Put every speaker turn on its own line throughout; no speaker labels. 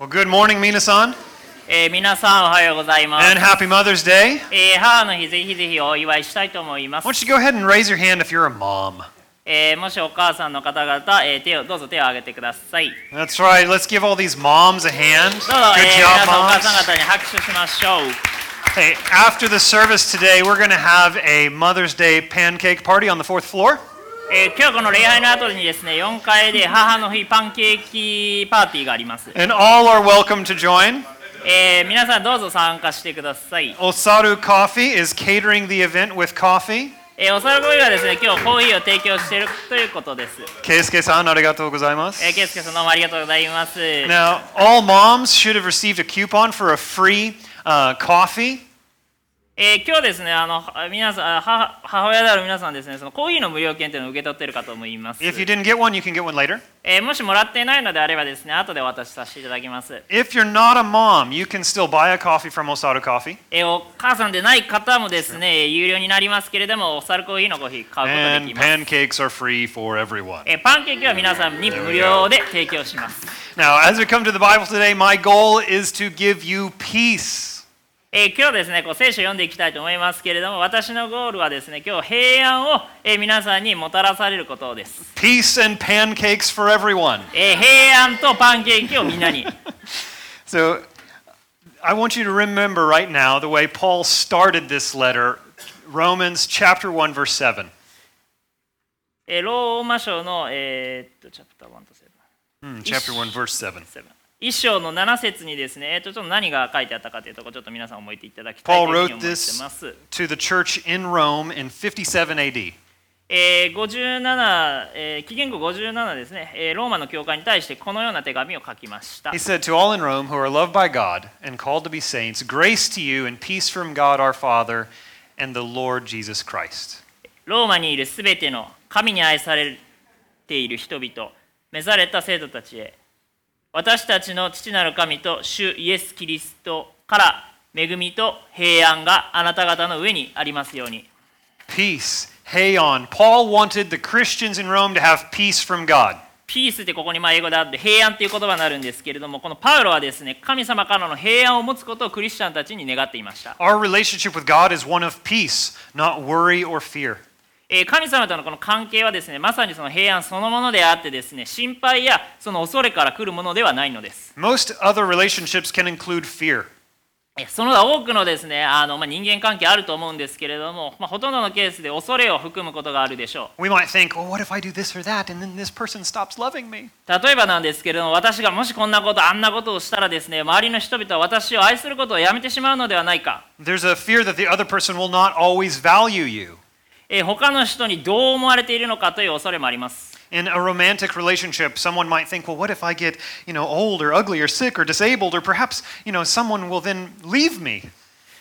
Well, good morning, Mina-san,
えー皆さんおはようございます
and。happy Mother's Day.
えー母の日ぜひぜひお祝いしたいと思いま
Why
す。
don't you go ahead and raise your hand if you're a mom?
えーもしお母さんの方々、えー手をどうぞ手を挙げてください。どうぞ、
That's right. Let's give all these moms a hand. Good
えー皆
job,
さんお母
moms.
さん方に拍手しましょう。
Hey, after the service today, we're going to have a Mother's Day pancake party on the fourth floor.
えー今日この礼拝の後にですね4階で母の日パンケーキパーティーがあります。
And all are welcome to join.
えー皆さんどうぞ参加してください。
Osaru Coffee is catering the event with coffee.
えーおそらくはですね今日コーヒーを提供しているということです。
Keisuke-san, arigatou gozaimasu.
えー、ケイスケさんどうもありがとうございます。
Now, all moms should have received a coupon for a free uh, coffee.
えー今日ですね、あのは皆さんあ母母親である皆さんですね、そのコーヒーの無料券というのを受け取っているかと思います。
If you didn't get one, you can get one later.
えーもしもらっていないのであればですね、後でお渡しさせていただきます。
If you're not a mom, you can still buy a coffee from Osaru Coffee.
えーお母さんでない方もですね、有料になりますけれども、お猿コーヒーのコーヒー買うことがで
And
きます。
pancakes are free for everyone.
えーパンケーキは皆さんに無料で提供します。
Now, as we come to the Bible today, my goal is to give you peace.
えー今日ですね、こう聖書を読んでいきたいと思いますけれども、私のゴールはですね、今日平安を、えー皆さんにもたらされることです。
Peace and pancakes for everyone.
えー平安とパンケーキをみんなに。
So, I want you to remember right now the way Paul started this letter, Romans chapter 1 verse 7.
えーローマ書の、えーっと、チャプター1と
Hmm, chapter 1 verse 7.
7。一章の7節にですね、えーっと、ちょっと何が書いてあったかというところ、ちょっと皆さん覚えていただきたい
Paul
というふう
wrote
に思ってま
this
す。
to the church in Rome in 57 AD.
えー57、えー紀元後57ですね、えーローマの教会に対してこのような手紙を書きました
He。said, To all in Rome who are loved by God and called to be saints, grace to you and peace from God our Father and the Lord Jesus Christ.
ローマにいるすべての神に愛されている人々、召された生徒たちへ、私たちの父なる神と主イエス・キリストから恵みと平安があなた方の上にありますように。
Peace. Hey on. Paul wanted the Christians in Rome to have peace from God.
ピースってここにまあ英語であって平安っていう言葉になるんですけれどもこのパウロはですね神様からの平安を持つことをクリスチャンたちに願っていました、
Our relationship with God is one of peace, not worry or fear.
えー神様とのこの関係はですねまさにその平安そのものであってですね心配やその恐れから来るものではないのです、
Most other relationships can include fear.
えーその他多くのですねあの、まあ、人間関係あると思うんですけれども、まあ、ほとんどのケースで恐れを含むことがあるでしょう
We might think, well, what if I do this or that and then this person stops loving me?
例えばなんですけれども私がもしこんなことあんなことをしたらですね周りの人々は私を愛することをやめてしまうのではないか
There's a fear that the other person will not always value you.
えー他の人にどう思われているのかという恐れもあります、
In a romantic relationship, someone might think, well, what if I get, you know, old or ugly or sick or disabled, or perhaps, you know, someone will then leave me.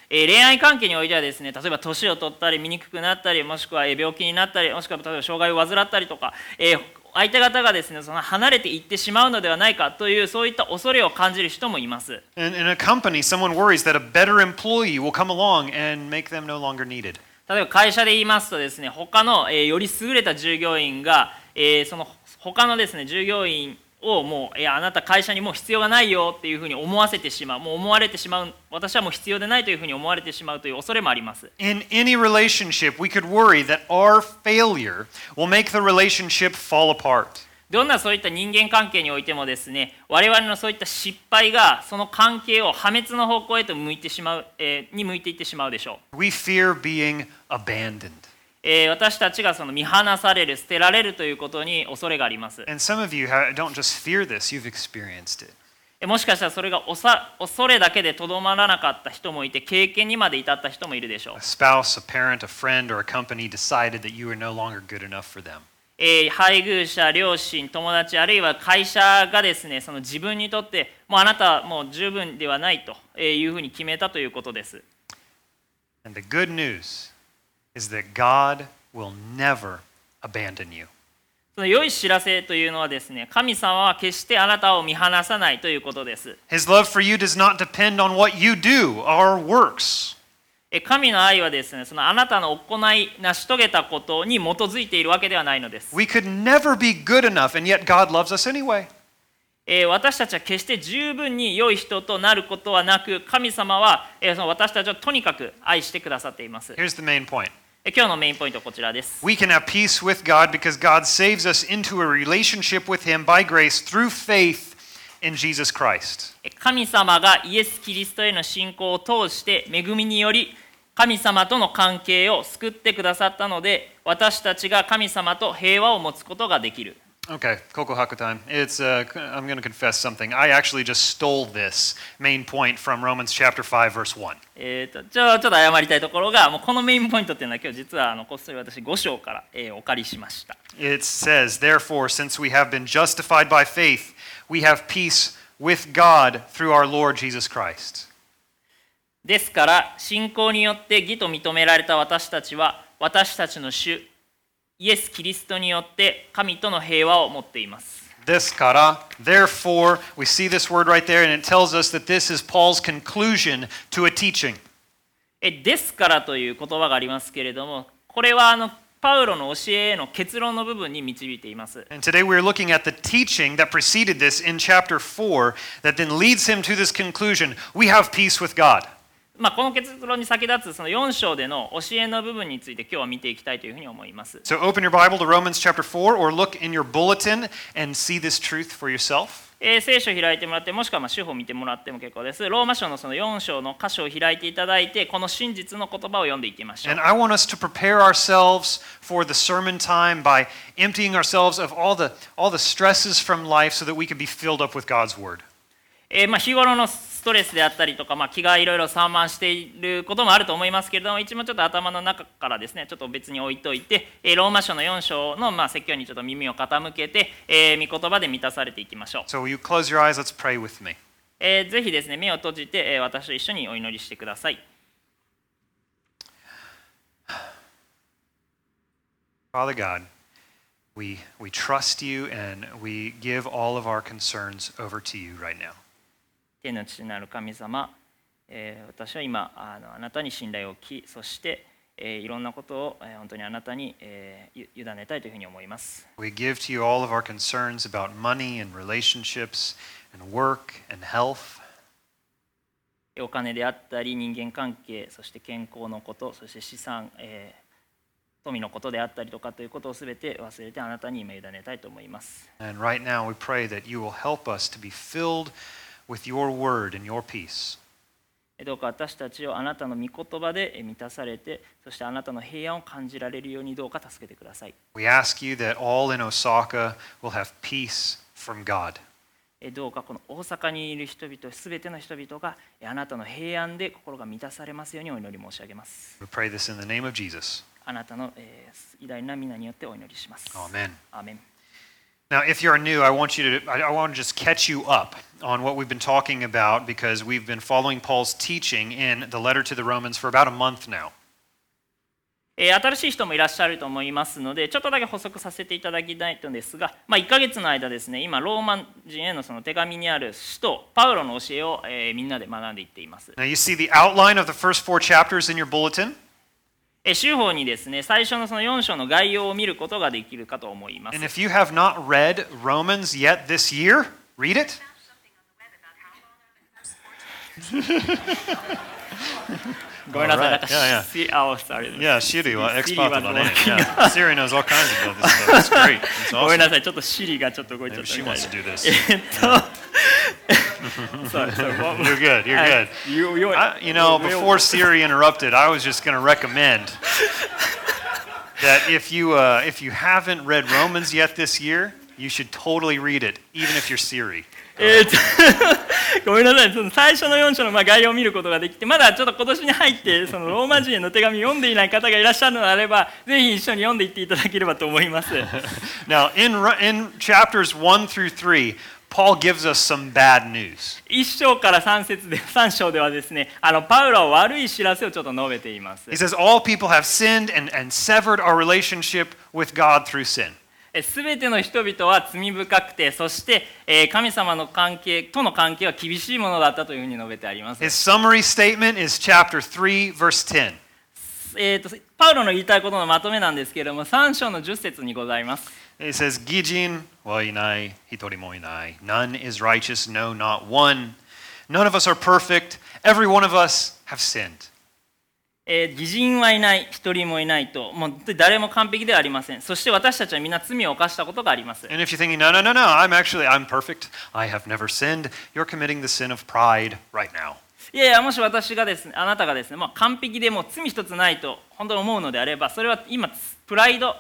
えー恋愛関係においてはですね例えば年を取ったり醜くなったりもしくはえー病気になったりもしくは例えば障害を患ったりとか、えー相手方がですねその離れていってしまうのではないかというそういった恐れを感じる人もいます、
In, in a company, someone worries that a better employee will come along and make them no longer needed.
例えば会社で言いますとですね他の、えーより優れた従業員が、えーその他のですね従業員をもういやあなた会社にもう必要がないよっていうふうに思わせてしまうもう思われてしまう私はもう必要でないというふうに思われてしまうという恐れもあります
In any relationship, we could worry that our failure will make the relationship fall apart.
どんなそういった人間関係においてもですね我々のそういった失敗がその関係を破滅の方向へと向いてしまう、えーに向いていってしまうでしょう
We fear being abandoned.
えー私たちがその見放される捨てられるということに恐れがあります
And some of you ha- don't just fear this, you've experienced it.
えもしかしたらそれがおさ恐れだけでとどまらなかった人もいて経験にまで至った人もいるでしょう
A、spouse, a parent, a friend, or a company decided that you are no longer good enough for them.
えー配偶者両親友達あるいは会社がですねその自分にとってもうあなたはもう十分ではないとえーいうふうに決めたということです
And the good news is that God will never abandon you.
その良い知らせというのはですね神様は決してあなたを見放さないということです
His love for you does not depend on what you do, our works.
え神の愛はですねそのあなたの行い成し遂げたことに基づいているわけではないのです
We could never be good enough, and yet God loves us anyway.
えー私たちは決して十分に良い人となることはなく神様は、えーその私たちをとにかく愛してくださっています、
Here's the main point
えー今日のメインポイントはこちらです
we can have peace with God because God saves us into a relationship with Him by grace through faith in Jesus Christ.
えー神様がイエス・キリストへの信仰を通して恵みにより神様との関係を救ってくださったので私たちが神様と平和を持つことができる
Okay, Kokohaku time. It's uh, I'm going to confess something. I actually just stole this main point from Romans chapter 5 verse 1.
えー、とちょちょっと謝りたいところがもうこのメインポイントっていうのは今日実はあのこっそり私5章から、えーお借りしました、
It says, "Therefore, since we have been justified by faith, we have peace with God through our Lord Jesus Christ."
ですから信仰によって義と認められた私たちは私たちの主イエス・キリストによって神との平和を持っています
This kara, therefore, we see this word right there, and it tells us that this is Paul's conclusion to a teaching.
えですからという言葉がありますけれどもこれはあのパウロの教えへの結論の部分に導いています
And today we're looking at the teaching that preceded this in chapter 4 that then leads him to this conclusion we have peace with God.
まあ、この結論に先立つその4章での教えの部分について今日は見ていきたいというふうに思います
So open your Bible to Romans chapter 4 or look in your bulletin and see this truth for yourself.
えー聖書を開いてもらってもしくはまあ主法を見てもらっても結構ですローマ書のその4章の箇所を開いていただいてこの真実の言葉を読んでいきましょう
And I want us to prepare ourselves for the sermon time by emptying ourselves of all the, all the stresses from life so that we can be filled up with God's word.
えーまあ日頃のストレスであったりとか、まあ、気がいろいろ散漫していることもあると思いますけれども一番ちょっと頭の中からですねちょっと別に置いといて、えーローマ書の4章のまあ説教にちょっと耳を傾けて、えー御言葉で満たされていきましょう、
So will you close your eyes? Let's pray with me.
えーぜひですね目を閉じて、えー私と一緒にお祈りしてください
Father God, we, we trust you and we give all of our concerns over to you right now.
天の父なる神様、えー私は今あのあなたに信頼を置きそして、えーいろんなことを、えー本当にあなたに、えーゆ委ねたいというふうに思います、
We give to you all of our concerns about money and relationships and work and health.
えーお金であったり人間関係そして健康のことそして資産、えー富のことであったりとかということをすべて忘れてあなたに今委ねたいと思います、
And right now, we pray that you will help us to be filled with your word and your peace.
えーどうか私たちをあなたの御言葉でえー満たされてそしてあなたの平安を感じられるようにどうか助けてください
We ask you that all in Osaka will have peace from God.
えーどうかこの大阪にいる人々すべての人々がえーあなたの平安で心が満たされますようにお祈り申し上げます。
We pray this in the name of Jesus.
あなたの、えー偉大な皆によってお祈りします。
Amen.
アーメン
Now, if you're new, I want you to I, I want to just catch you up on what we've been talking about because we've been following Paul's teaching in the letter to the Romans for about a month now.
えー新しい人もいらっしゃると思いますのでちょっとだけ補足させていただきたいのですが、まあ、1ヶ月の間ですね今ローマ人へのその手紙にある使徒パウロの教えを、えーみんなで学んでいっています。
Now, you see the outline of the first four chapters in your bulletin.
えー週報にですね最初のその4章の概要を見ることができるかと思います
And。if you have not read Romans yet this year, read it. Go
ごめんなさい、なんか、
Yeah, yeah.
しあお sorry
Yeah, Uh, Shiri, well,
Siri
expert
was
on
the one.
it. Yeah. Siri knows all kinds of this stuff. It's great. It's
ご
awesome.
めんなさい、ちょっとシリがちょっと動いちゃ
Maybe
った
she
みたい
wants
で
to。do this.
えっと、そ うそう、もう
You're good. You're good.
よよ
I, you know,
よ
before Siri interrupted, I was just going to recommend that if you uh, if you haven't read Romans yet this year, you should totally read it, even if you're Siri.
えっと ごめんなさい、その最初の4章のまあ概要を見ることができて、まだちょっと今年に入って、そのローマ人への手紙読んでいない方がいらっしゃるのであれば、ぜひ一緒に読んでいっていただければと思 います。
Now, in Ro- in chapters one through three, Paul gives us some bad news.
1章から3節で3章ではですね、あのパウロは悪い知らせをちょっと述べています。
He says, "All people have sinned and, and severed our relationship with God through sin."
すべての人々は罪深くてそしてえー神様の関係との関係は厳しいものだったというふうに述べてあります、
His summary statement is chapter three, verse ten.
えーとパウロの言いたいことのまとめなんですけれども3章の10節にございます
It It says, 義人はいない、一人もいない。None is righteous, no, not one. None of us are perfect. Every one of us have sinned.
えー、偽人はいない一人もいないともう本当に誰も完璧ではありませんそして私たちは皆罪を犯したことがあります
And if you're thinking, no, no, no, no, I'm actually, I'm perfect. I have never sinned. You're committing the sin of pride right now.
いやいやもし私がですねあなたがですね、まあ、完璧でもう罪一つないと本当に思うのであればそれは今プライド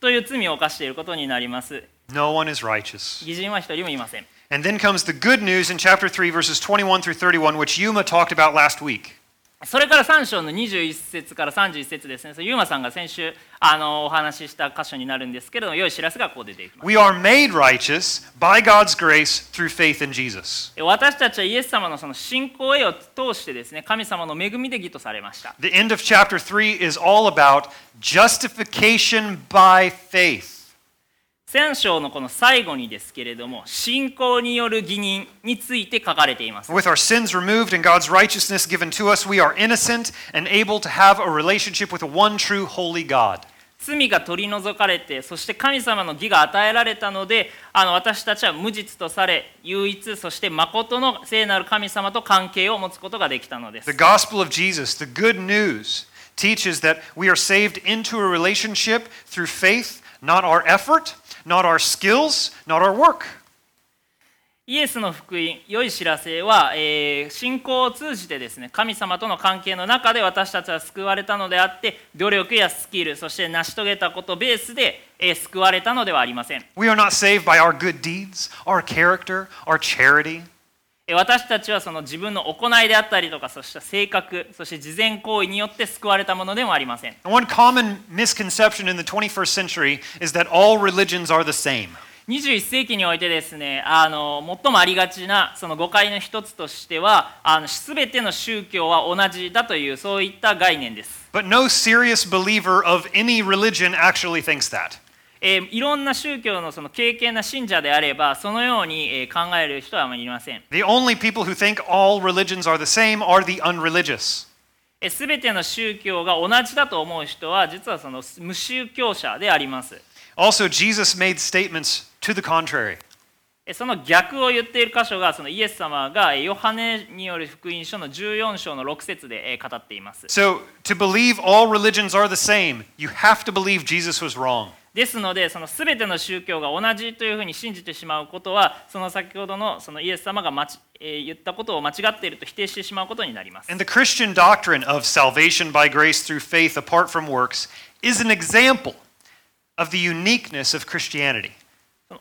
という罪を犯していることになります
No one is righteous.
偽人は一人もいません
And then comes the good news in chapter 3, verses 21 through 31, which Yuma talked about last week.
それから3章の21節から31節ですねそれユーマさんが先週あのお話しした箇所になるんですけれども良い知らせがこう出ていきます
We are made righteous by God's grace through faith in Jesus.
私たちはイエス様のその信仰へを通してですね神様の恵みで義とされました
The end of chapter 3 is all about justification by faith.
3章のこの最後にですけれども信仰による義人について書かれています
With our sins removed and God's righteousness given to us, we are innocent and able to have a relationship with the one true holy God.
罪が取り除かれてそして神様の義が与えられたのであの私たちは無実とされ唯一そして誠の聖なる神様と関係を持つことができたのです
The gospel of Jesus, the good news, teaches that we are saved into a relationship through faith, not our effort, not our skills, not our work.
イエスの福音良い知らせは、えー信仰を通じてですね神様との関係の中で私たちは救われたのであって努力やスキルそして成し遂げたことベースで、えー救われたのではありません
We are not saved by our good deeds, our character, our charity.
えー私たちはその自分の行いであったりとかそして性格そして事前行為によって救われたものでもありません
And one common misconception in the 21st century is that all religions are the same.
21世紀においてですねあの最もありがちなその誤解の一つとしてはあの全ての宗教は同じだというそういった概念です
But no serious believer of any religion actually thinks that.
えーいろんな宗教のその敬虔な信者であればそのように、えー考える人はあまりいません
The only people who think all religions are the same are the unreligious.
えー全ての宗教が同じだと思う人は実はその無宗教者であります
Also, Jesus made statements to the contrary.
えーその逆を言っている箇所がそのイエス様がえーヨハネによる福音書の14章の6節でえー語っています
So, to believe all religions are the same, you have to believe Jesus was wrong.
ですのでその全ての宗教が同じというふうに信じてしまうことはその先ほどのそのイエス様が間ちえー言ったことを間違っていると否定してしまうことになります
And the Christian doctrine of salvation by grace through faith apart from works is an example of the uniqueness of Christianity.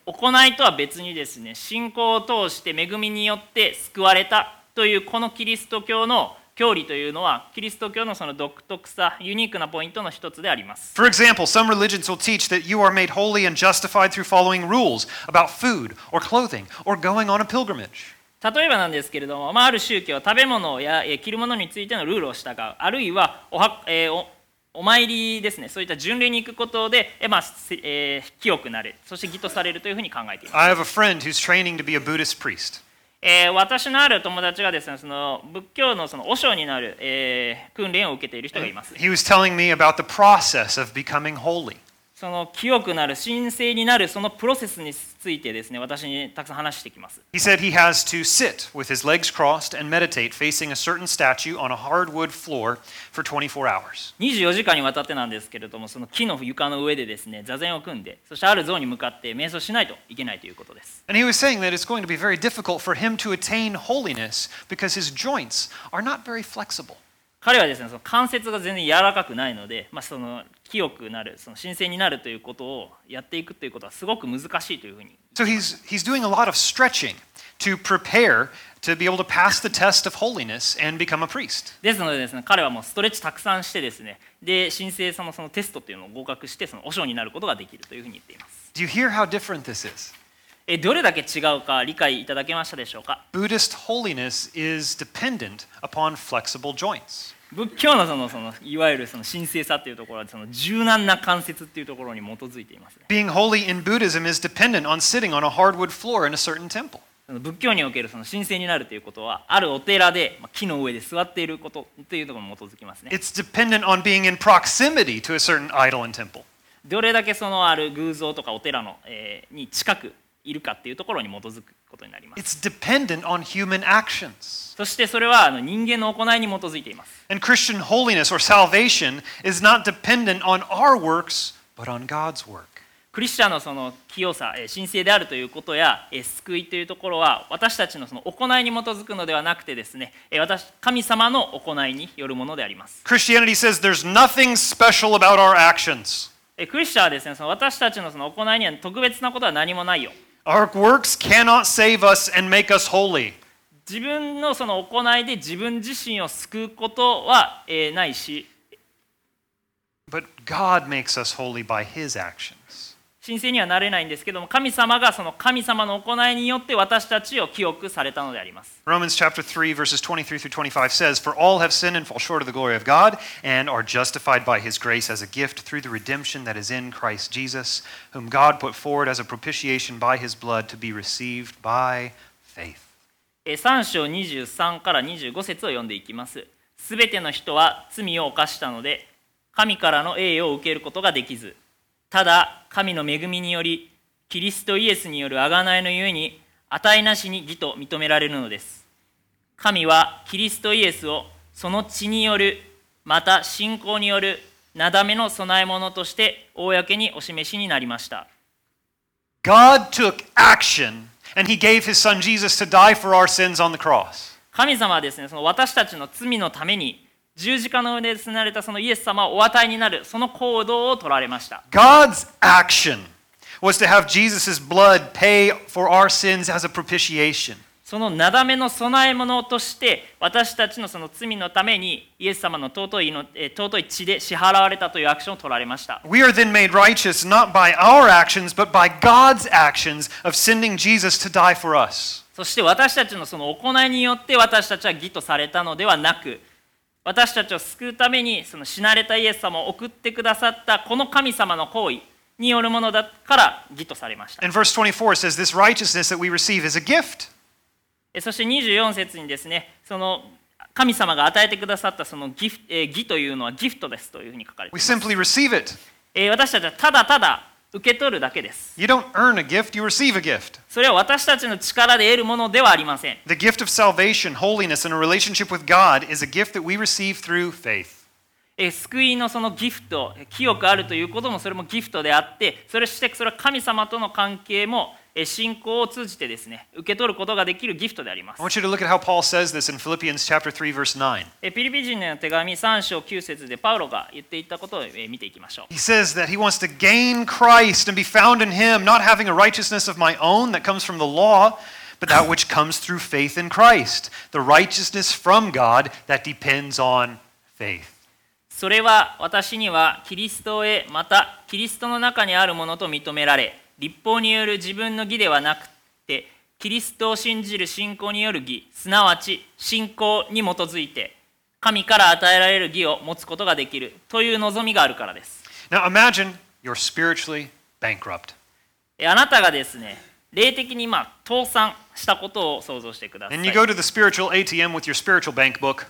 行いとは別にですね信仰を通して恵みによって救われたというこのキリスト教の教理というのはキリスト教のその独特さユニークなポイントの一つであります
For example, some religions will teach that you are made holy and justified through following rules about food or clothing or going on a pilgrimage.
例えばなんですけれども、まあ、ある宗教は食べ物やえー着るものについてのルールを従うあるいはおは、えーおお参りですねそういった巡礼に行くことで、えーまあせえー清くなるそして義とされるというふうに考えています
I have a friend who's training to be a Buddhist priest.
えー私のある友達がですねその仏教のその和尚になる、えー訓練を受けている人がいます
He was telling me about the process of becoming holy.
その清くなる神聖になるそのプロセスについてですね私にたくさん話してきます
He said he has to sit with his legs crossed and meditate facing a certain statue on a hardwood floor for 24 hours.
24時間にわたってなんですけれどもその木の床の上でですね座禅を組んでそしてある像に向かって瞑想しないといけないということです
And he was saying that it's going to be very difficult for him to attain holiness because his joints are not very flexible.
彼はですねその関節が全然柔らかくないので、まあ、その清くなるその神聖になるということをやっていくということはすごく難しいというふうに
So he's, he's doing a lot of stretching to prepare to be able to pass the test of holiness and become a priest.
ですのでですね彼はもうストレッチたくさんしてですねで神聖さのそのテストっていうのを合格してその和尚になることができるというふうに言っています
Do you hear how different this is?
えどれだけ違うか理解いただけましたでしょうか
Buddhist holiness is dependent upon flexible joints.
仏教のそのそのいわゆるその神聖さっていうところはその柔軟な関節っていうところに基づいていますね
Being holy in Buddhism is dependent on sitting on a hardwood floor in a certain temple.
その仏教におけるその神聖になるということはあるお寺でまあ木の上で座っていることっていうところに基づきますね
It's dependent on being in proximity to a certain idol and temple.
どれだけそのある偶像とかお寺の、えーに近くいるかっていうところに基づくことになります
It's dependent on human actions.
そしてそれはあの人間の行いに基づいています
And Christian holiness or salvation is not dependent on our works, but on God's work.
クリスチャンのその清さ、えー神聖であるということや、えー救いというところは私たちのその行いに基づくのではなくてですね、えー私神様の行いによるものであります
Christianity says there's nothing special about our actions.
えークリスチャンはですねその私たちのその行いには特別なことは何もないよ
Our works cannot save us and make us holy.
自分のその行いで自分自身を救うことは、えーないし
But God makes us holy by his actions.
神聖にはなれないんですけども神様がその神様の行いによって私たちを清くされたのであります
Romans chapter 3 verses 23 through 25 says, "For all have sinned and fall short of the glory of God and are justified by his grace as a gift through the redemption that is in Christ Jesus, whom God put forward as a propitiation by his blood to be received by faith."
えー3章23から25節を読んでいきますすべての人は罪を犯したので神からの栄誉を受けることができずただ神の恵みによりキリストイエスによる贖いのゆえに値なしに義と認められるのです神はキリストイエスをその血によるまた信仰によるなだめの供え物として公にお示しになりました
God took action and he gave his son Jesus to die for our sins on the cross.
神様はですねその私たちの罪のために十字架の上で死なれたそのイエス様をお与えになるその行動を取られました
God's action was to have Jesus' blood pay for our sins as a propitiation.
そのなだめの供え物として私たちのその罪のためにイエス様の尊いのえー尊い血で支払われたというアクションを取られました
We are then made righteous not by our actions, but by God's actions of sending Jesus to die for us.
そして私たちのその行いによって私たちは義とされたのではなく私たちを救うためにその死なれたイエス様を送ってくださったこの神様の行為によるものだから義とされました
And verse 24 says, This righteousness that we receive is a gift.
えそして24節にですねその神様が与えてくださったそのギフ、えー義というのはギフトですというふうに書かれて
We
います、
simply receive it.
えー私たちはただただ受け取るだけです
You don't earn a gift, you receive a gift.
それは私たちの力で得るものではありません
The gift of salvation, holiness, and a relationship with God is a gift that we receive through faith.
えー救いのそのギフトえー清くあるということもそれもギフトであってそれしてそれは神様との関係もえー信仰を通じてですね受け取ることができるギフトであります
I want you to look at how Paul says this in Philippians chapter 3 verse 9.
えピリピ人への手紙3章9節でパウロが言っていたことをえー見ていきましょう
He says that he wants to gain Christ and be found in him, not having a righteousness of my own that comes from the law, but that which comes through faith in Christ, the righteousness from God that depends on faith.
それは私にはキリストへまたキリストの中にあるものと認められ立法による自分の義ではなくてキリストを信じる信仰による義すなわち信仰に基づいて神から与えられる義を持つことができるという望みがあるからです
Now imagine you're spiritually bankrupt
えあなたがですね霊的にまあ倒産したことを想像してください
and you go to the spiritual ATM with your spiritual bank book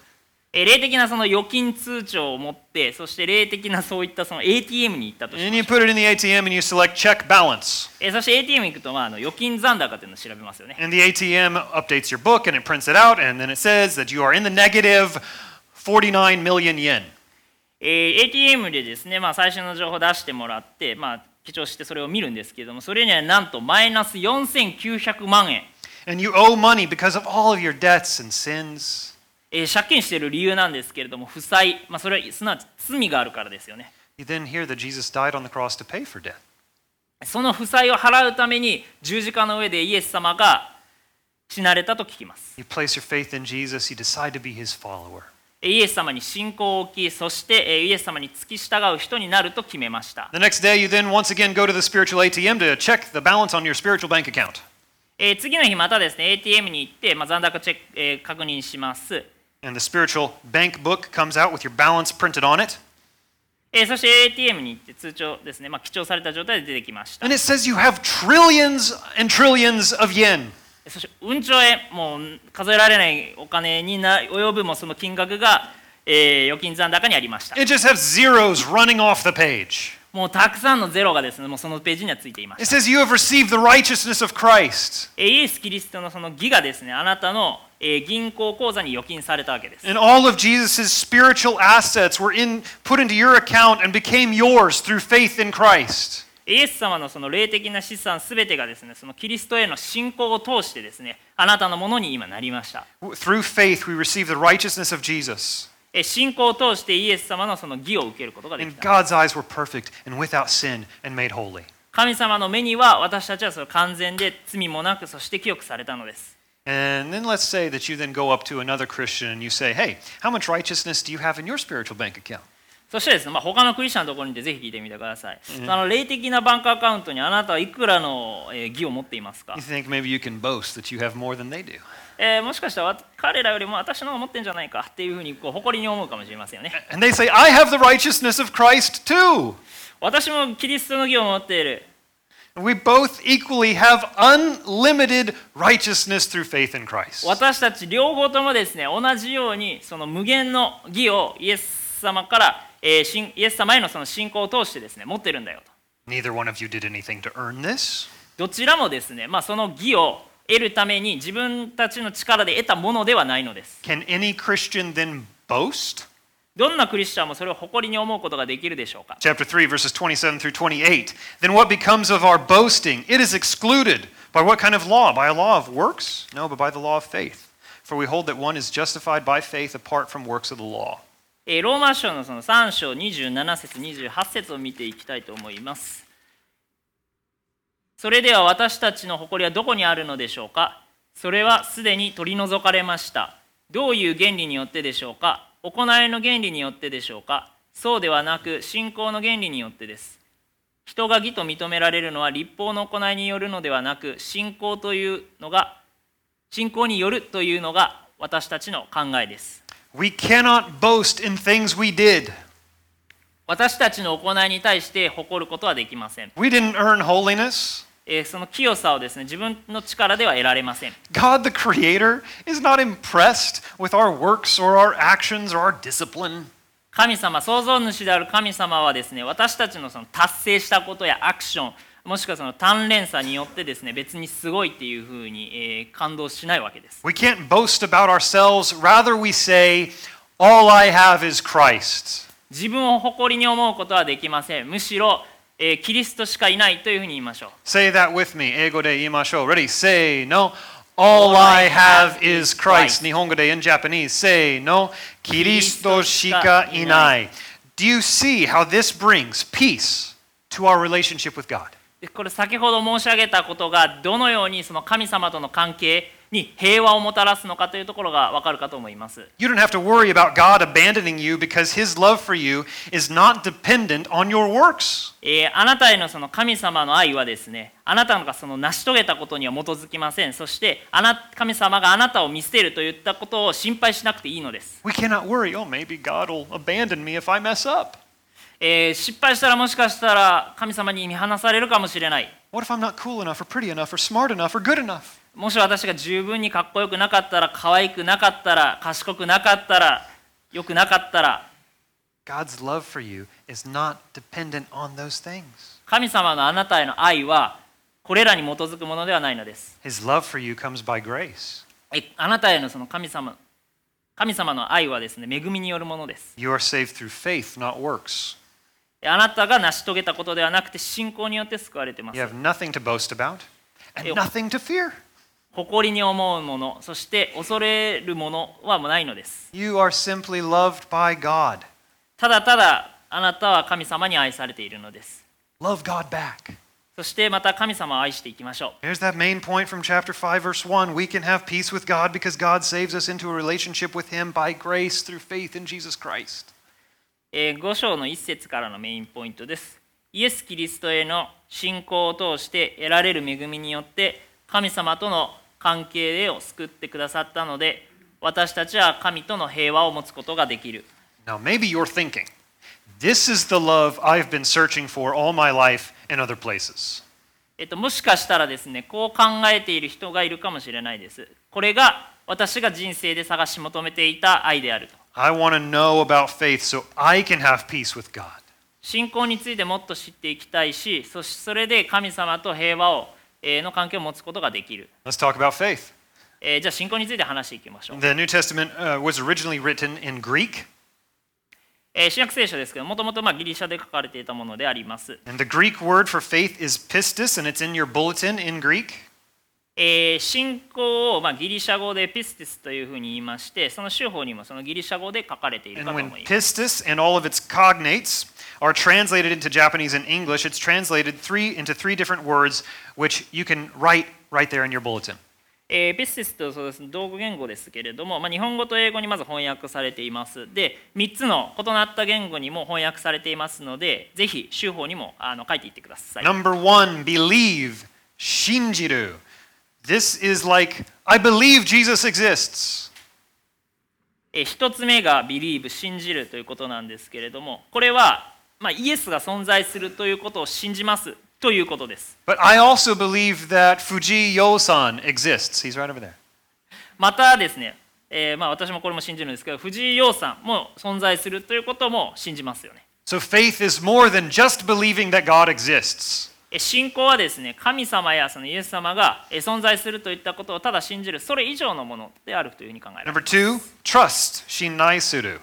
え霊的なその預金通帳を持ってそして霊的なそういったその ATM に行ったとしま
and
しょ
you put
う
it in the ATM and you select check balance.
えそして ATM 行くとまああの預金残高というのを調べますよね
And the ATM updates your book and it prints it out and then it says that you are in the negative 49 million yen.
えー ATM でですね、まあ、最新の情報を出してもらって、まあ、記帳してそれを見るんですけれどもそれにはなんとマイナス4900万円、
And you owe money because of all of your debts and sins.
えー借金している理由なんですけれども負債、まあ、それはすなわち罪があるからですよね
You then hear that Jesus died on the cross to pay for debt.
その負債を払うために十字架の上でイエス様が死なれたと聞きます
You place your faith in Jesus, you decide to be his follower.
えーイエス様に信仰を置きそしてえーイエス様に付き従う人になると決めました
The next day, you then once again go to the spiritual ATM to check the balance on your spiritual bank account.
えー次の日またですね ATM に行って、まあ、残高チェック、えー確認します
And the spiritual bank book comes out with your balance printed on it.
えーそして ATM に行って通帳ですね、まあ、記帳された状態で出てきました
And it says you have trillions and trillions of yen.
そしてうんちょえもう数えられないお金にな及ぶもその金額が、えー預金残高にありました
It just has zeros running off the page.
もうたくさんのゼロがですねもうそのページにはついていま
It
す
says, You have received the righteousness of Christ
えーイエス・キリストのその義がですねあなたのえー銀行口座に預金されたわけです、
and all of Jesus' spiritual assets were in, put into your account and became yours through faith in Christ.
イエス様のその霊的な資産すべてがですねそのキリストへの信仰を通してですねあなたのものに今なりました
W- Through faith, we receive the righteousness of Jesus.
えー信仰を通してイエス様のその義を受けることができ
In
た
God's eyes, we're perfect and without sin and made holy.
神様の目には私たちはその完全で罪もなくそして清くされたのです
And then let's say that you then go up to another Christian and you say, Hey, how much righteousness do you have in your spiritual bank account?
そしてですね、まあ、他のクリスチャンのところに行ってぜひ聞いてみてください、あの霊的なバンクアカウントにあなたはいくらの、えー義を持っていますか
You、think maybe you can boast that you have more than they do.
えーもしかしたらわ彼らよりも私の方が持ってんじゃないかっていうふうにこう誇りに思うかもしれませんよね
And they say, I have the righteousness of Christ too.
私もキリストの義を持っている
We both equally have unlimited righteousness through faith in Christ.
私たち両方ともですね同じようにその無限の義をイエス様から、えー信イエス様へのその信仰を通してですね持ってるんだよと
Neither one of you did anything to earn this.
どちらもですね、まあ、その義を得るために自分たちの力で得たものではないのです
Can any Christian then boast?
どんなクリスチャンもそれを誇りに思うことができるでしょうか
Chapter 3, verses 27 through 28. Then what becomes of our boasting? It is excluded. By what kind of law? By a law of works? No, but by the law of faith. For we hold that one is justified by faith apart from works of the law.
えーローマ書のその3章27節28節を見ていきたいと思いますそれでは私たちの誇りはどこにあるのでしょうかそれはすでに取り除かれましたどういう原理によってでしょうか行いの原理によってでしょうかそうではなく信仰の原理によってです人が義と認められるのは立法の行いによるのではなく信仰というのが信仰によるというのが私たちの考えです
We cannot boast in things we did.
私たちの行いに対して誇ることはできません、
We didn't earn holiness.
えーその清さをですね自分の力では得られません
God the Creator is not impressed with our works or our actions or our discipline.
神様創造主である神様はですね私たちのその達成したことやアクションもしくはその鍛錬さによってですね別にすごいっていうふうに、えー感動しないわけです
We can't boast about ourselves. Rather, we say, All I have is Christ.
自分を誇りに思うことはできませんむしろ、えーキリストしかいないというふうに言いましょう
Say that with me. 英語で言いましょう. Ready? Say no. All I have is Christ. 日本語で in Japanese. Say no. Kiristo shika inai. Do you see how this brings peace to our relationship with God?
でこれ先ほど申し上げたことがどのようにその神様との関係に平和をもたらすのかというところがわかるかと思います
You don't have to worry about God abandoning you because his love for you is not dependent on your works.
えーあなたへのその神様の愛はですねあなたがその成し遂げたことには基づきませんそしてあな神様があなたを見捨てると言ったことを心配しなくていいのです、
We cannot worry, oh, maybe God will abandon me if I mess up.
えー失敗したらもしかしたら神様に見放されるかもしれない
What if I'm not cool enough or pretty enough or smart enough or good enough?
もし私が十分にかっこよくなかったら可愛くなかったら賢くなかったら良くなかったら
God's love for you is not dependent on those things.
神様のあなたへの愛はこれらに基づくものではないのです
His love for you comes by grace.
えあなたへのその神様神様の愛はですね恵みによるものです
You are saved through faith, not works.
あなたが成し遂げたことではなくて信仰によって救われてます
You have nothing to boast about and
Ew.
nothing to fear.
誇りに思うものそして恐れるものはもうないのです
You are simply loved by God.
ただただあなたは神様に愛されているのです
Love God back.
そしてまた神様を愛していきましょう
Here's that main point from chapter 5, verse 1. We can have peace with God because God saves us into a relationship with Him by grace through faith in Jesus Christ.
えー5章の1節からのメインポイントですイエス・キリストへの信仰を通して得られる恵みによって神様との関係を救ってくださったので私たちは神との平和を持つことができる
Now, maybe you're thinking, this is the love I've been searching for all my life in other places.
えっと、もしかしたらですねこう考えている人がいるかもしれないですこれが私が人生で探し求めていた愛であると
I want to know about faith so I can have peace with God.
信仰についてもっと知っていきたいしそしそれで神様と平和をえーの関係を持つことができる、
Let's talk about faith.
えーじゃあ信仰について話していきましょう、
The New Testament uh, was originally written in Greek,
えー新約聖書ですけどもともとまあギリシャで書かれていたものであります、
and the Greek word for faith is pistis, and it's in your bulletin in Greek.
えー信仰をまあギリシャ語でピスティスというふうに言いましてその修法にもそのギリシャ語で書かれているか
And
と
when
思います
pistis and all of its cognates are translated into Japanese and English, it's translated three into three different words, which you can write right there in your bulletin.
えーピスティスとそうです道具言語ですけれども、まあ、日本語と英語にまず翻訳されていますで3つの異なった言語にも翻訳されていますのでぜひ修法にもあの書いていってください
Number one, believe, shinjiru. This is like, I believe Jesus exists.
えー一つ目が「believe」信じるということなんですけれどもこれは、まあ、イエスが存在するということを信じますということです
But I also believe that Fuji Yosan exists. He's right over there.
またですね、えーまあ、私もこれも信じるんですけど藤井陽さんも存在するということも信じますよね
So faith is more than just believing that God exists.
え信仰はですね神様やそのイエス様がえ存在するといったことをただ信じるそれ以上のものであるというふうに考えられ
Number
る
two, trust, shinnaisuru.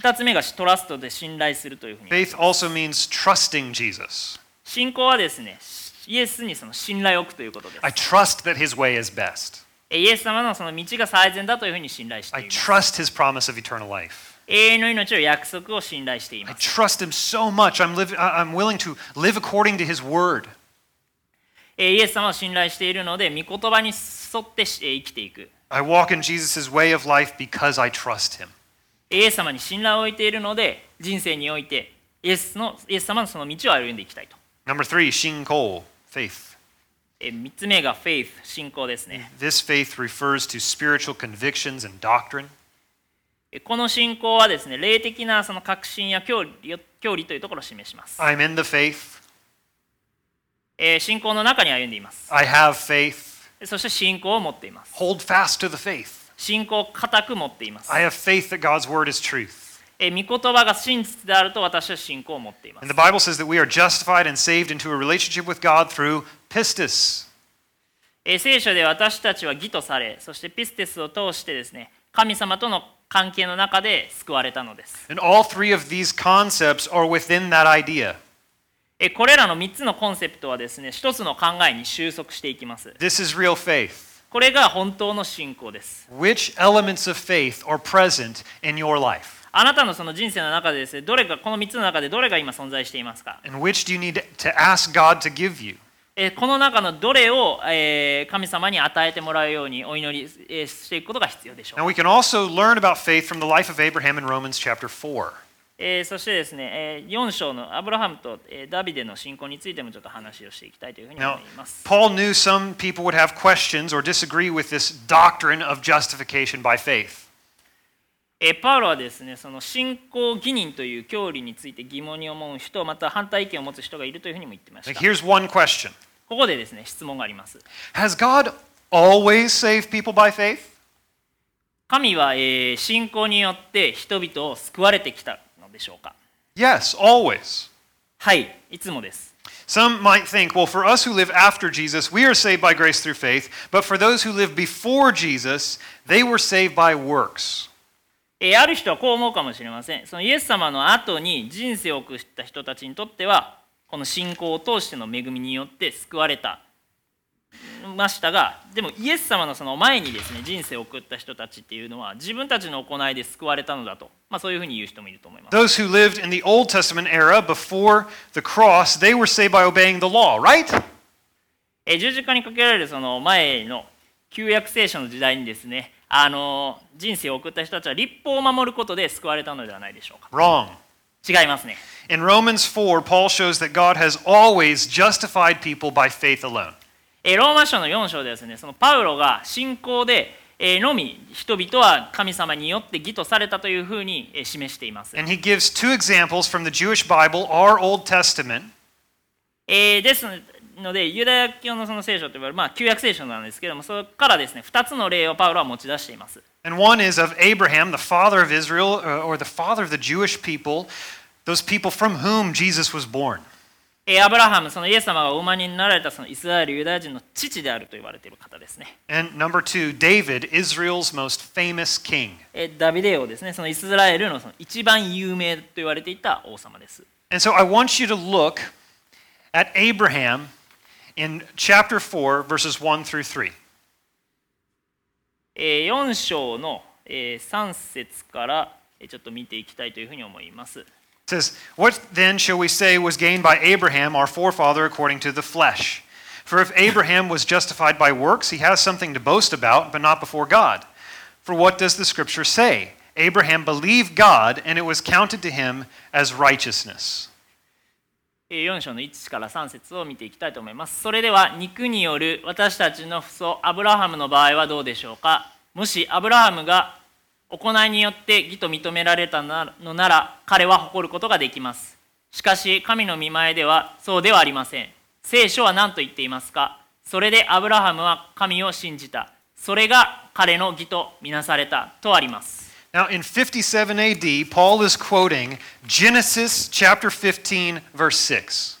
2つ目がトラストで信頼するというふうに
Faith also means trusting Jesus.
信仰はですねイエスにその信頼を置くということです
I trust that his way is best.
えイエス様のその道が最善だというふうに信頼して
I
います
trust his promise of eternal life.
永遠の命を約束を信頼してい
I
ます
trust him so much. I'm, liv- I- I'm willing to live according to his word.
えイエス様を信頼しているので御言葉に沿ってしえ生きていく
I walk in Jesus' way of life because I trust him.
イエス様に信頼を置いているので人生においてイエスのイエス様のその道を歩んでいきたいと、
Number three, shinko, faith.
え3つ目が faith 信仰ですね
This faith refers to spiritual convictions and doctrine.
えこの信仰はですね霊的なその確信や教理教理というところを示します、
I'm in the faith.
えー信仰の中に歩んでいます
I have faith.
そして信仰を持っています
Hold fast to the faith.
信仰を固く持っています、
I have faith that God's word is truth.
えー御言葉が真実であると私は信仰を持っています
And the Bible says that we are justified and saved into a relationship with God through pistis.
えー聖書で私たちは義とされそしてピステスを通してですね神様との関係の中で救われたのです
And all three of these concepts are within that idea.
えこれらの3つのコンセプトはですね一つの考えに収束していきます
This is real faith.
これが本当の信仰です
Which elements of faith are present in your life?
あなたのその人生の中でですねどれかこの3つの中でどれが今存在していますか
And which do you need to ask God to give you?
えこの中のどれを、えー神様に与えてもらうようにお祈り、えーしていくことが必要でしょう
Now we can also learn about faith from the life of Abraham in Romans chapter 4.
えーそしてですね、え4章のアブラハムと、えーダビデの信仰についてもちょっと話をしていきたいというふうに思
Now,
います、
Paul knew some people would have questions or disagree with this doctrine of justification by faith.
えーパウロはですねその信仰義人という教理について疑問に思う人また反対意見を持つ人がいるというふうにも言ってました
Like, here's one question
ここでですね質問があります
Has God always saved people by faith?
神は、えー信仰によって人々を救われてきたのでしょうか
Yes, always.
はいいつもです
Some might think, well, for us who live after Jesus, we are saved by grace through faith, but for those who lived before Jesus, they were saved by works.
えーある人はこう思うかもしれませんそのイエス様の後に人生を送った人たちにとってはこの信仰を通しての恵みによって救われたましたがでもイエス様のその前にですね人生を送った人たちっていうのは自分たちの行いで救われたのだと、まあ、そういうふうに言う人もいると思います
Those who lived in the Old Testament era before the cross, they were saved by obeying the law, right?
えー十字架にかけられるその前の旧約聖書の時代にですねあのー人生を送った人たちは立法を守ることで救われたのではないでしょうか
Wrong.
違いますね
In Romans 4, Paul shows that God has always justified people by faith alone.
えーローマ書の4章ではですねそのパウロが信仰で、えーのみ人々は神様によって義とされたというふうに、えー示しています、
And he gives two examples from the Jewish Bible, our Old Testament,
えーですのでユダヤ教のその聖書と呼ばれる、まあ、旧約聖書なんですけどもそれからですね2つの例をパウロは持ち出しています
and one is of Abraham, the father of Israel, uh, or the father of the Jewish people, those people from whom Jesus was born.
えーアブラハムそのイエス様がお生まれになられたそのイスラエルユダヤ人の父であると言われている方ですね、
And number two, David, Israel's most famous king.
えーダビデ王ですねそのイスラエルのその一番有名と言われていた王様です
And so I want you to look at Abraham in chapter 4, verses 1 through 3.
えー4章のえー3節からえーちょっと見ていきたいというふうに思います。
It says, What then shall we say was gained by Abraham, our forefather, according to the flesh? For if Abraham was justified by works, he has something to boast about, but not before God. For what does the scripture say? Abraham believed God, and it was counted to him as righteousness.
えー4章の1から3節を見ていきたいと思います。それでは肉による私たちの父祖アブラハムの場合はどうでしょうかもしアブラハムが行いによって義と認められたなのなら彼は誇ることができます。しかし神の見前ではそうではありません。聖書は何と言っていますかそれでアブラハムは神を信じた。それが彼の義とみなされたとあります。
Now, in 57 AD, Paul is quoting Genesis chapter 15, verse 6.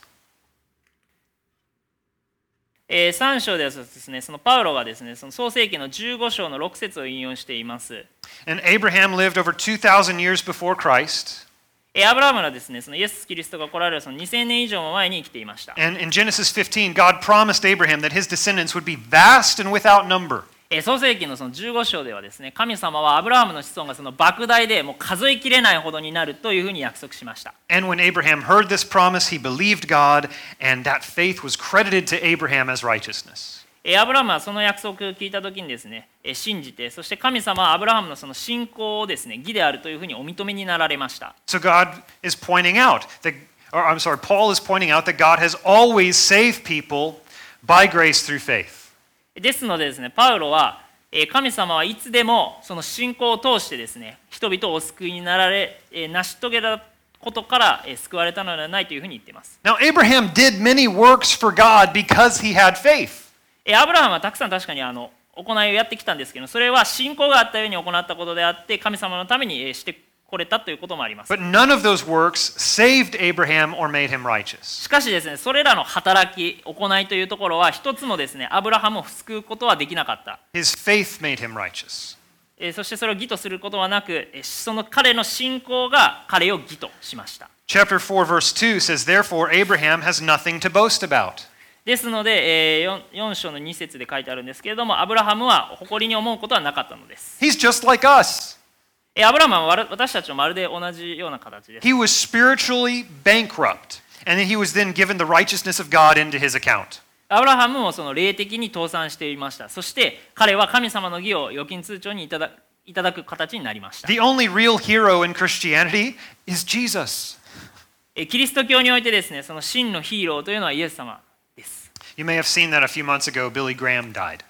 え3章ではですねそのパウロがですねその創世紀の15章の6節を引用しています、
And Abraham lived over 2,000 years before Christ.
えーアブラハムはですねそのイエス・キリストが来られるその2000年以上も前に生きていました、
And in Genesis 15, God promised Abraham that his descendants would be vast and without number.
えー創世紀のその15章ではですね神様はアブラハムの子孫がその莫大でもう数えきれないほどになるというふうに約束しました
And when Abraham heard this promise, he believed God, and that faith was credited to Abraham as righteousness.
えーアブラハムはその約束を聞いた時にですね、えー信じてそして神様はアブラハムのその信仰をですね義であるというふうにお認めになられました
So God is pointing out that, or I'm sorry, Paul is pointing out that God has always saved people by grace through faith.
ですのでですねパウロはえー神様はいつでもその信仰を通してですね人々をお救いになられえー成し遂げたことからえー救われたのではないというふうに言っています。
Now, Abraham did many works for God because he had faith.
えーアブラハムはたくさん確かにあの行いをやってきたんですけどそれは信仰があったように行ったことであって神様のためにえーしてこれたということもあります。
But none of those works saved Abraham or made him righteous.
しかしですねそれらの働き行いというところは一つもですねアブラハムを救うことはできなかった。
His faith made him righteous.
えーそしてそれを義とすることはなくえーその彼の信仰が彼を義としました。
Chapter 4, verse 2 says, Therefore, Abraham has nothing to boast about.
ですので、え 4, 章の2節で書いてあるんですけれどもアブラハムは誇りに思うことはなかったのです、
He's just like us.
えーアブラハムはわら私たちとまるで同じような形です、
He was spiritually bankrupt, and he was then given the righteousness of God into his account.
アブラハムもその霊的に倒産していましたそして彼は神様の義を預金通帳にいただいただく形になりました、
The only real hero in Christianity is Jesus.
えーキリスト教においてですねその真のヒーローというのはイエス様です、
You may have seen that a few months ago, Billy Graham died.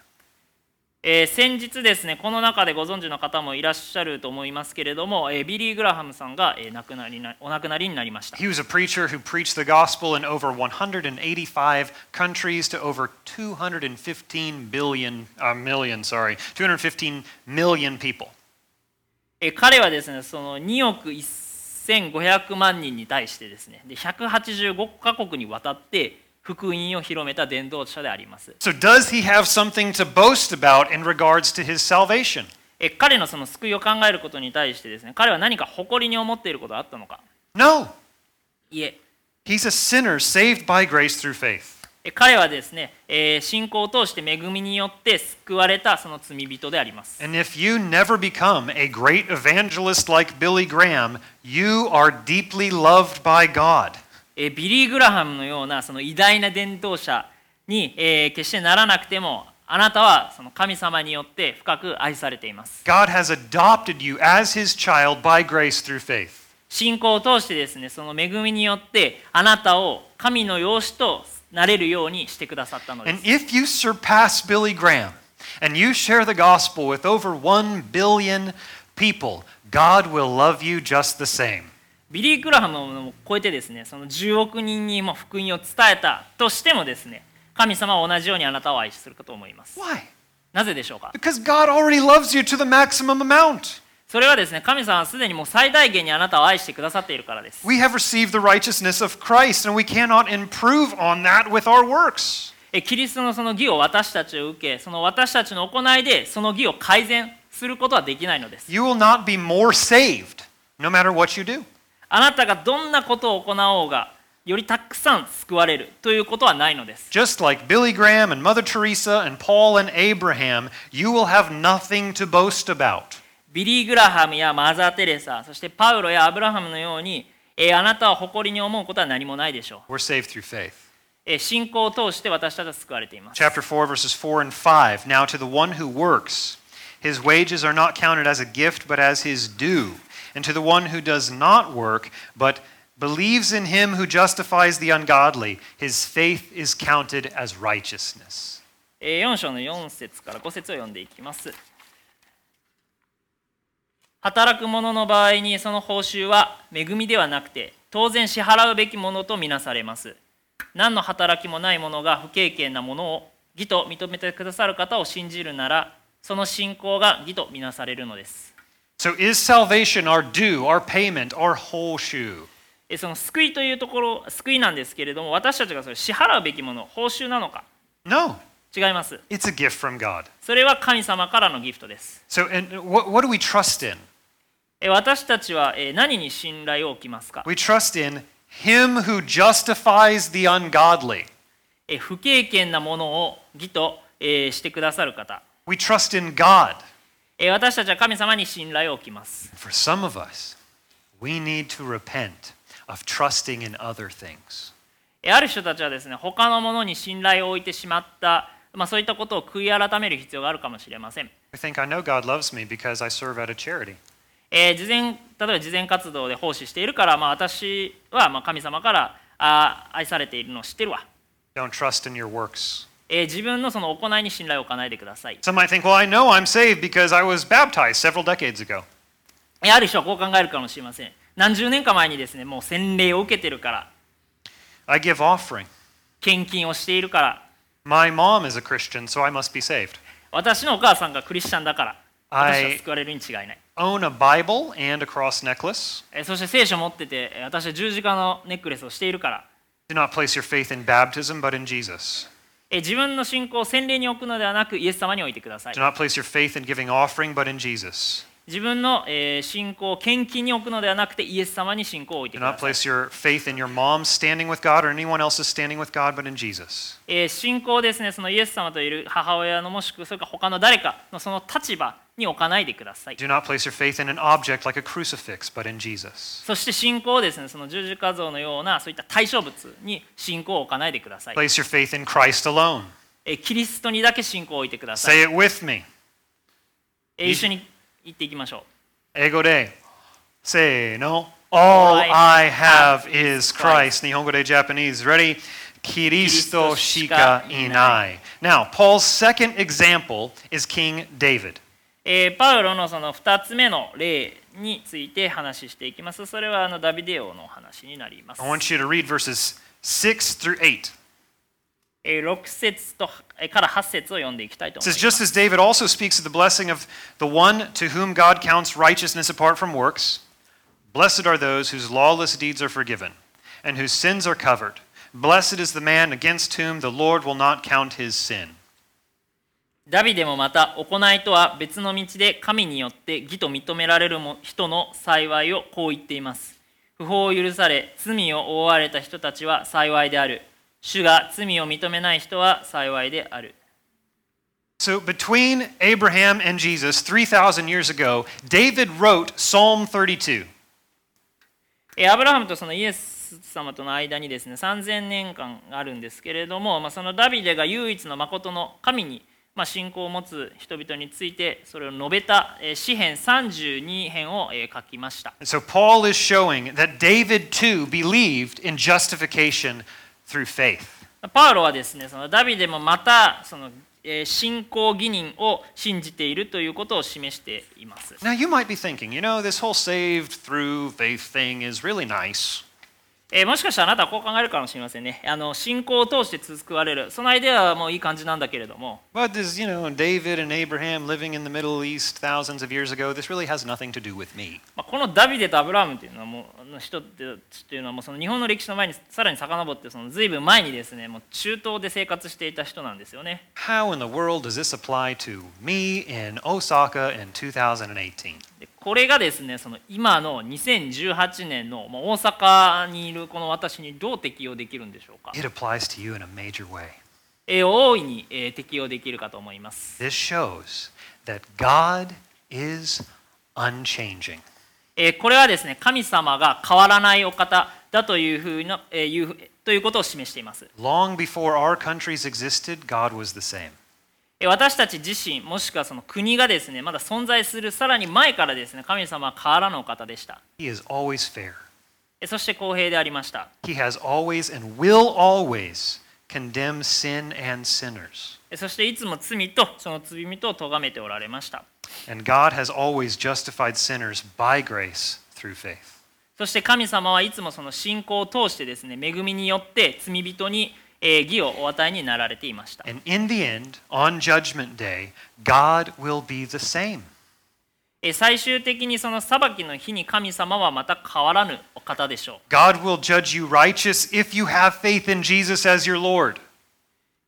えー先日ですねこの中でご存知の方もいらっしゃると思いますけれども、えービリー・グラハムさんが、えー亡くなりなお亡くなりになりました
He was a preacher who preached the gospel in over 185 countries to over 215 billion, uh, million, sorry, 215 million people.
えー彼はですねその2億1500万人に対してですねで185カ国にわたって福音を広めた伝道者であります、
So, does he have something to boast about in regards to his salvation?
えー彼のその救いを考えることに対してですね彼は何か誇りに思っていることはあったのか
No.
いえ
He's a sinner saved by grace through faith.
えー彼はですね、えー信仰を通して恵みによって救われたその罪人であります、
And if you never become a great evangelist like Billy Graham, you are deeply loved by God.
えービリー・グラハムのようなその偉大な伝道者に、えー決してならなくてもあなたはその神様によって深く愛されています
God has adopted you as his child by grace through faith.
信仰を通してですねその恵みによってあなたを神の養子となれるようにしてくださったので
And
す
if you surpass Billy Graham and you share the gospel with over 1 billion people, God will love you just the same.
ビリー・クラハムを超えてですねその10億人にも福音を伝えたとしてもですね神様は同じようにあなたを愛するかと思います
Why?
なぜでしょうか
Because God already loves you to the maximum amount.
そそれはですね神様はすでにもう最大限にあなたを愛してくださっているからです
We have received the righteousness of Christ, and we cannot improve on that with our works.
えキリストのその義を私たちを受けその私たちの行いでその義を改善することはできないのです
You will not be more saved no matter what you do.
あなたがどんなことを行おうがよりたくさん救われるということはないのです
Just like Billy Graham and Mother Teresa and Paul and Abraham, you will have nothing to boast about.
ビリー・グラハムやマザー・テレサそしてパウロやアブラハムのように、えーあなたを誇りに思うことは何もないでしょう
We're saved through faith.
えー信仰を通して私たちは救われています
Chapter 4, verses 4 and 5. Now to the one who works, his wages are not counted as a gift, but as his due. And to the one who does not work, but believes in him who justifies the ungodly, his faith is counted as righteousness.
えー4章の4節から5節を読んでいきます働く者の場合にその報酬は恵みではなくて当然支払うべきものとみなされます何の働きもない者が不経験なものを義と認めてくださる方を信じるならその信仰が義とみなされるのです
So is salvation our due, our payment, our whole shoe?
えーその救いというところ救いなんですけれども私たちがそれ支払うべきもの報酬なのか
No,
違います
it's a gift from God.
それは神様からのギフトです
So, and what, what do we trust in?
えー私たちはえー何に信頼を置きますか
We trust in Him who justifies the ungodly.
えー不経験なものを義とえーしてくださる方
We trust in God.
えー私たちは神様に信頼を置きます
For some of us, we need to repent of trusting in other things.
えーある人たちはですね他のものに信頼を置いてしまった、まあ、そういったことを悔い改める必要があるかもしれません、
We think, I know God loves me because I serve out of charity.
えー事前例えば慈善活動で奉仕しているから、まあ、私はまあ神様からあー愛されているのを知ってるわ、
Don't trust in your works.
えー自分のその行いに信頼を置かないでください
Some might think, well, I know I'm saved because I was baptized several decades ago.
えーある人はこう考えるかもしれません何十年か前にですねもう洗礼を受けてるから
I give offering.
献金をしているから
My mom is a Christian, so I must be saved.
私のお母さんがクリスチャンだから私は
I
救われるに違いない、
own a Bible and a cross necklace.
えーそして聖書を持っててえー私は十字架のネックレスをしているから、
Do not place your faith in baptism, but in Jesus.
えー自分の信仰を洗礼に置くのではなくイエス様に置いてください
Do not place your faith in giving offering, but in Jesus.
自分の、えー信仰を献金に置くのではなくてイエス様に信仰を置いて
Do
くだ
not
さい、
place your faith in your mom's standing with God or anyone else's standing with God, but in Jesus.
えー信仰をですねそのイエス様といる母親のもしくはそれか他の誰かのその立場に置かないでください
Do not place your faith in an object like a crucifix, but in Jesus.
そして信仰をですねその十字架像のようなそういった対象物に信仰を置かないでください、
Place your faith in Christ alone.
えーキリストにだけ信仰を置いてください
Say it with me.
えー一緒に行っていきましょう
Ego de. Say no. All I have is Christ. Nihongo de Japanese. Ready? Kiristo shika inai. Now, Paul's second example is King David.
えーパウロのその2つ目の例について話していきます。それはあのダビデ王のお話になります。
I want you to read verses 6 through 8.
えー6節とえーから8節を読んでいきたいと
It
思いま
says, Just
す。
as David also speaks of the blessing of the one to whom God counts righteousness apart from works, blessed are those whose lawless deeds are forgiven and whose sins are covered. Blessed is the man against whom the Lord will not count his sin.
ダビデもまた行いとは別の道で神によって義と認められるも人の幸いをこう言っています。不法を許され罪を覆われた人たちは幸いである。主が罪を認めない人は幸いである。
So, between Abraham and Jesus, 3,000 years ago, David wrote Psalm 32.
えーアブラハムとそのイエス様との間にですね3000年間あるんですけれども、まあ、そのダビデが唯一の誠の神に、まあ、信仰を持つ人々についてそれを述べた、えー詩編32編を、えー書きました、
And so, Paul is showing that David too believed in justification through faith.
パウロはですねそのダビデもまたその、えー信仰義人を信じているということを示しています、
Now, you might be thinking, you know, this whole saved through faith thing is really nice.
ええーもしかしたらあなたはこう考えるかもしれませんねあの信仰を通して救われるそのアイデアはもういい感じなんだけれども
But this, you know, David and Abraham living in the Middle East thousands of years ago, this really has nothing to do with me.
まあ、このダビデとアブラハムっていうのはもうあの人ってっていうのはもうその日本の歴史の前にさらに遡ってその随分前にですねもう中東で生活していた人なんですよね
How in the world does this apply to me in Osaka in 2018?
でこれがですねその今の2018年のまあ大阪にいるこの私にどう適用できるんでしょうか、
It applies to you in a major way.
えー大いにえー適用できるかと思います
This shows that God is unchanging.
えーこれはですね神様が変わらないお方だというふうな、えーいうふということを示しています
Long before our countries existed, God was the same.
えー私たち自身もしくはその国がですねまだ存在するさらに前からですね神様は変わらぬお方でした、
He is always fair.
えーそして公平でありました
He has always and will always condemn sin and sinners.
えーそしていつも罪とその罪人を咎めておられました
And God has always justified sinners by grace through faith.
そして神様はいつもその信仰を通してですね恵みによって罪人にえー義をお与えになられていました、
And in the end, on Judgment Day, God will be the same.
えー最終的にその裁きの日に神様はまた変わらぬお方でしょう
God will judge you righteous if you have faith in Jesus as your Lord.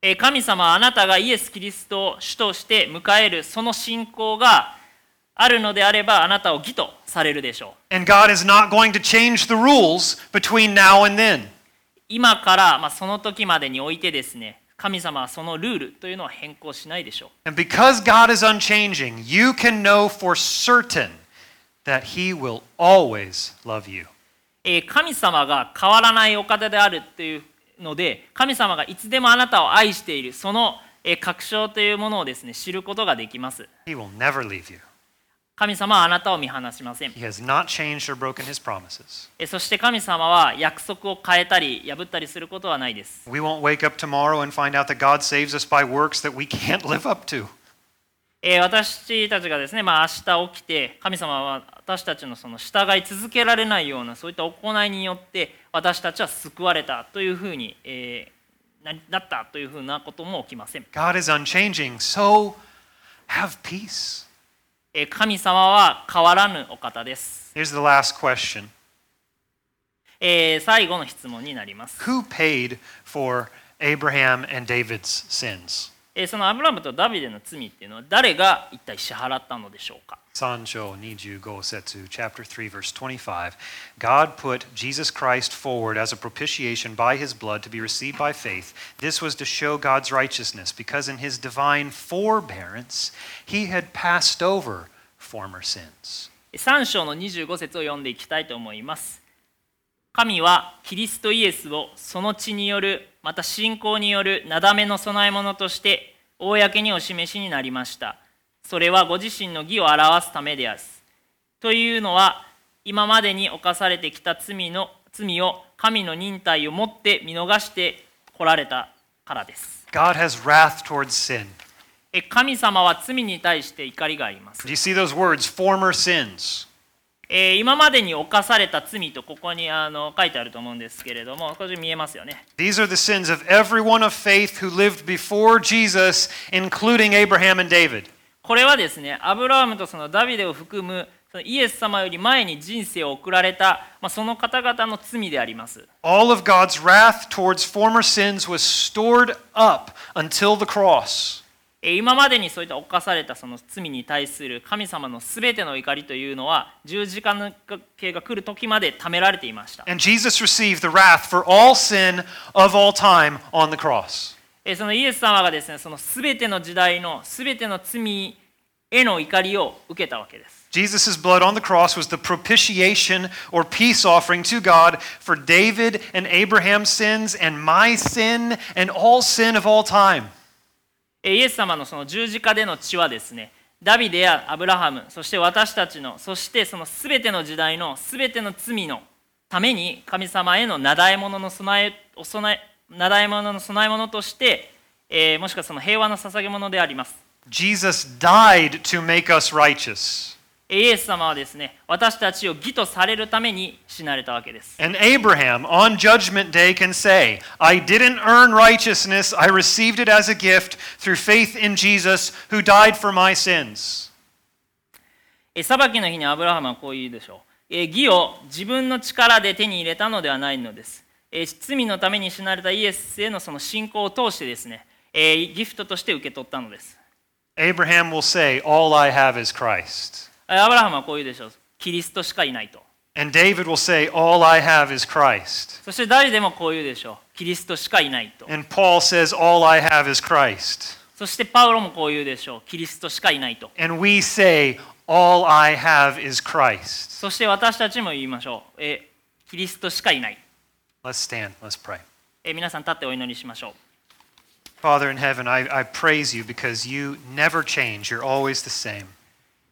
えー神様はあなたがイエス・キリストを主として迎えるその信仰があるのであればあなたを義とされるでしょう
And God is not going to change the rules between now and then.
今から、まあ、その時までにおいてですね神様はそのルールというのは変更しないでしょう
And because God is unchanging, you can know for certain that He will always love you.
えー神様が変わらないお方であるというので神様がいつでもあなたを愛しているそのえー確証というものをですね知ることができます
He will never leave you.
神様はあなたを見放しません
He has not changed or broken His promises.
えーそして神様は約束を変えたり破ったりすることはないです
We won't wake up tomorrow and find out that God saves us by works that we can't live up to.
えー私たちがですね、まあ、明日起きて神様は私たちのその従い続けられないようなそういった行いによって私たちは救われたというふうに、えーななったというふうなことも起きません
God is unchanging, so have peace.
えー神様は変わらぬお方です、
Here's the last question
えー最後の質問になります、
Who paid for Abraham and David's sins?
えーそのアブラムとダビデの罪っていうのは誰が一体支払ったのでしょうか
Sancho Niju Gosetsu, chapter 3, verse 25. God put Jesus Christ forward as a propitiation by his blood to be received by faith. This was to show God's righteousness, because in his divine forbearance, he had passed over former sins.
3章の25節を読んでいきたいと思います神はキリストイエスをその血によるまた信仰によるなだめの供え物として公にお示しになりましたそれはご自身の義を表すためであるというのは今までに犯されてきた罪の罪を神の忍耐をもって見逃してこられたからです
God has wrath towards sin.
え神様は罪に対して怒りがあります
Do you see those words, former sins?
えー今までに犯された罪とここにあの書いてあると思うんですけれどもこれ見えますよね
These are the sins of everyone of faith who lived before Jesus, including Abraham and David.
これはですねアブラハムとそのダビデを含むそのイエス様より前に人生を送られた、まあ、その方々の罪であります、
All of God's wrath towards former sins was stored up until the cross.
えー今までにそういった犯されたその罪に対する神様のすべての怒りというのは十字架の刑が来る時まで貯められていました
And Jesus received the wrath for all sin of all time on the cross.
えーそのイエス様がですねそのすべての時代のすべての罪への怒りを受けたわけです
Jesus' blood on the cross was the propitiation or peace offering to God for David and Abraham's sins and my sin and all sin of all time.
えーイエス様のその十字架での血はですねダビデやアブラハムそして私たちのそしてその全ての時代の全ての罪のために神様へのなだえ物の備えお供えなだえ物の供え物として、えーもしくはその平和の捧げ物であります、
Jesus died to make us righteous.
えイエス様はですね私たちを義とされるために死なれたわけです
And Abraham on Judgment Day can say, I didn't earn righteousness, I received it as a gift through faith in Jesus who died for my sins.
えー裁きの日にアブラハムはこう言うでしょう、えー義を自分の力で手に入れたのではないのです、えー罪のために死なれたイエスへのその信仰を通してですね、えーギフトとして受け取ったのです
Abraham will say, All I have is Christ.
えーアブラハムはこう言うでしょうキリストしかいないと
And David will say, All I have is Christ.
そして誰でもこう言うでしょうキリストしかいないと
And Paul says, All I have is Christ.
そしてパウロもこう言うでしょうキリストしかいないと
And we say, All I have is Christ.
そして私たちも言いましょう、えーキリストしかいない、
Let's stand, let's pray.
えー皆さん立ってお祈りしましょう
Father in heaven, I, I praise you because you never change, you're always the same.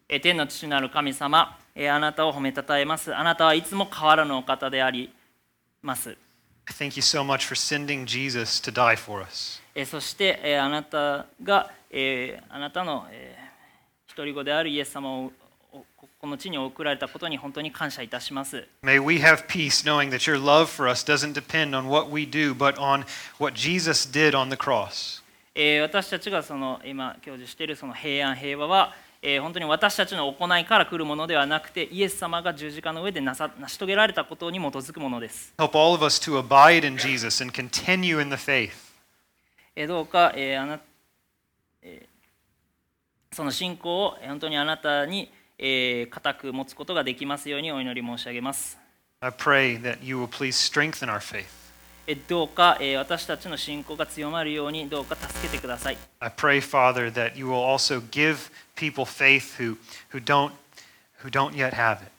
えー天の父なる神様、えーあなたを褒めたたえますあなたはいつも変わらぬお方であります、
I thank you so much for sending Jesus to die for us.
えーそして、えーあなたが、えーあなたの、えー独り子であるイエス様をおここの地に送られたことに本当に感謝いたします、
May we have peace knowing that your love for us doesn't depend on what we do, but on what Jesus did on the cross.
えー私たちがその今享受しているその平安平和は、えー本当に私たちの行いから来るものではなくてイエス様が十字架の上でなさ成し遂げられたことに基づくものです、
Help all of us to abide in Jesus and continue in the faith.
えーどうか、えーあなえーその信仰をえー本当にあなたに、えー固く持つことができますようにお祈り申し上げます。
I pray that you will please strengthen our faith.
えーどうか、えー私たちの信仰が強まるようにどうか助けてください。
I pray, Father, that you will also give people faith who, who, don't, who don't yet have it.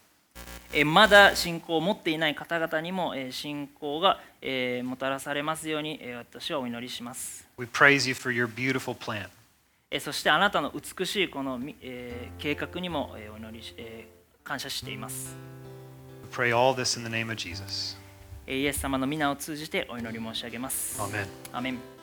えーまだ信仰を持っていない方々にも、えー信仰が、えーもたらされますように、えー私はお祈りします。
We praise you for your beautiful plan.
えーそしてあなたの美しいこの、みえー計画にも、えーお祈りし、えー感謝しています。
We pray all this in the name of Jesus.
えーイエス様の皆を通じてお祈り申し上げます。
Amen.
アメン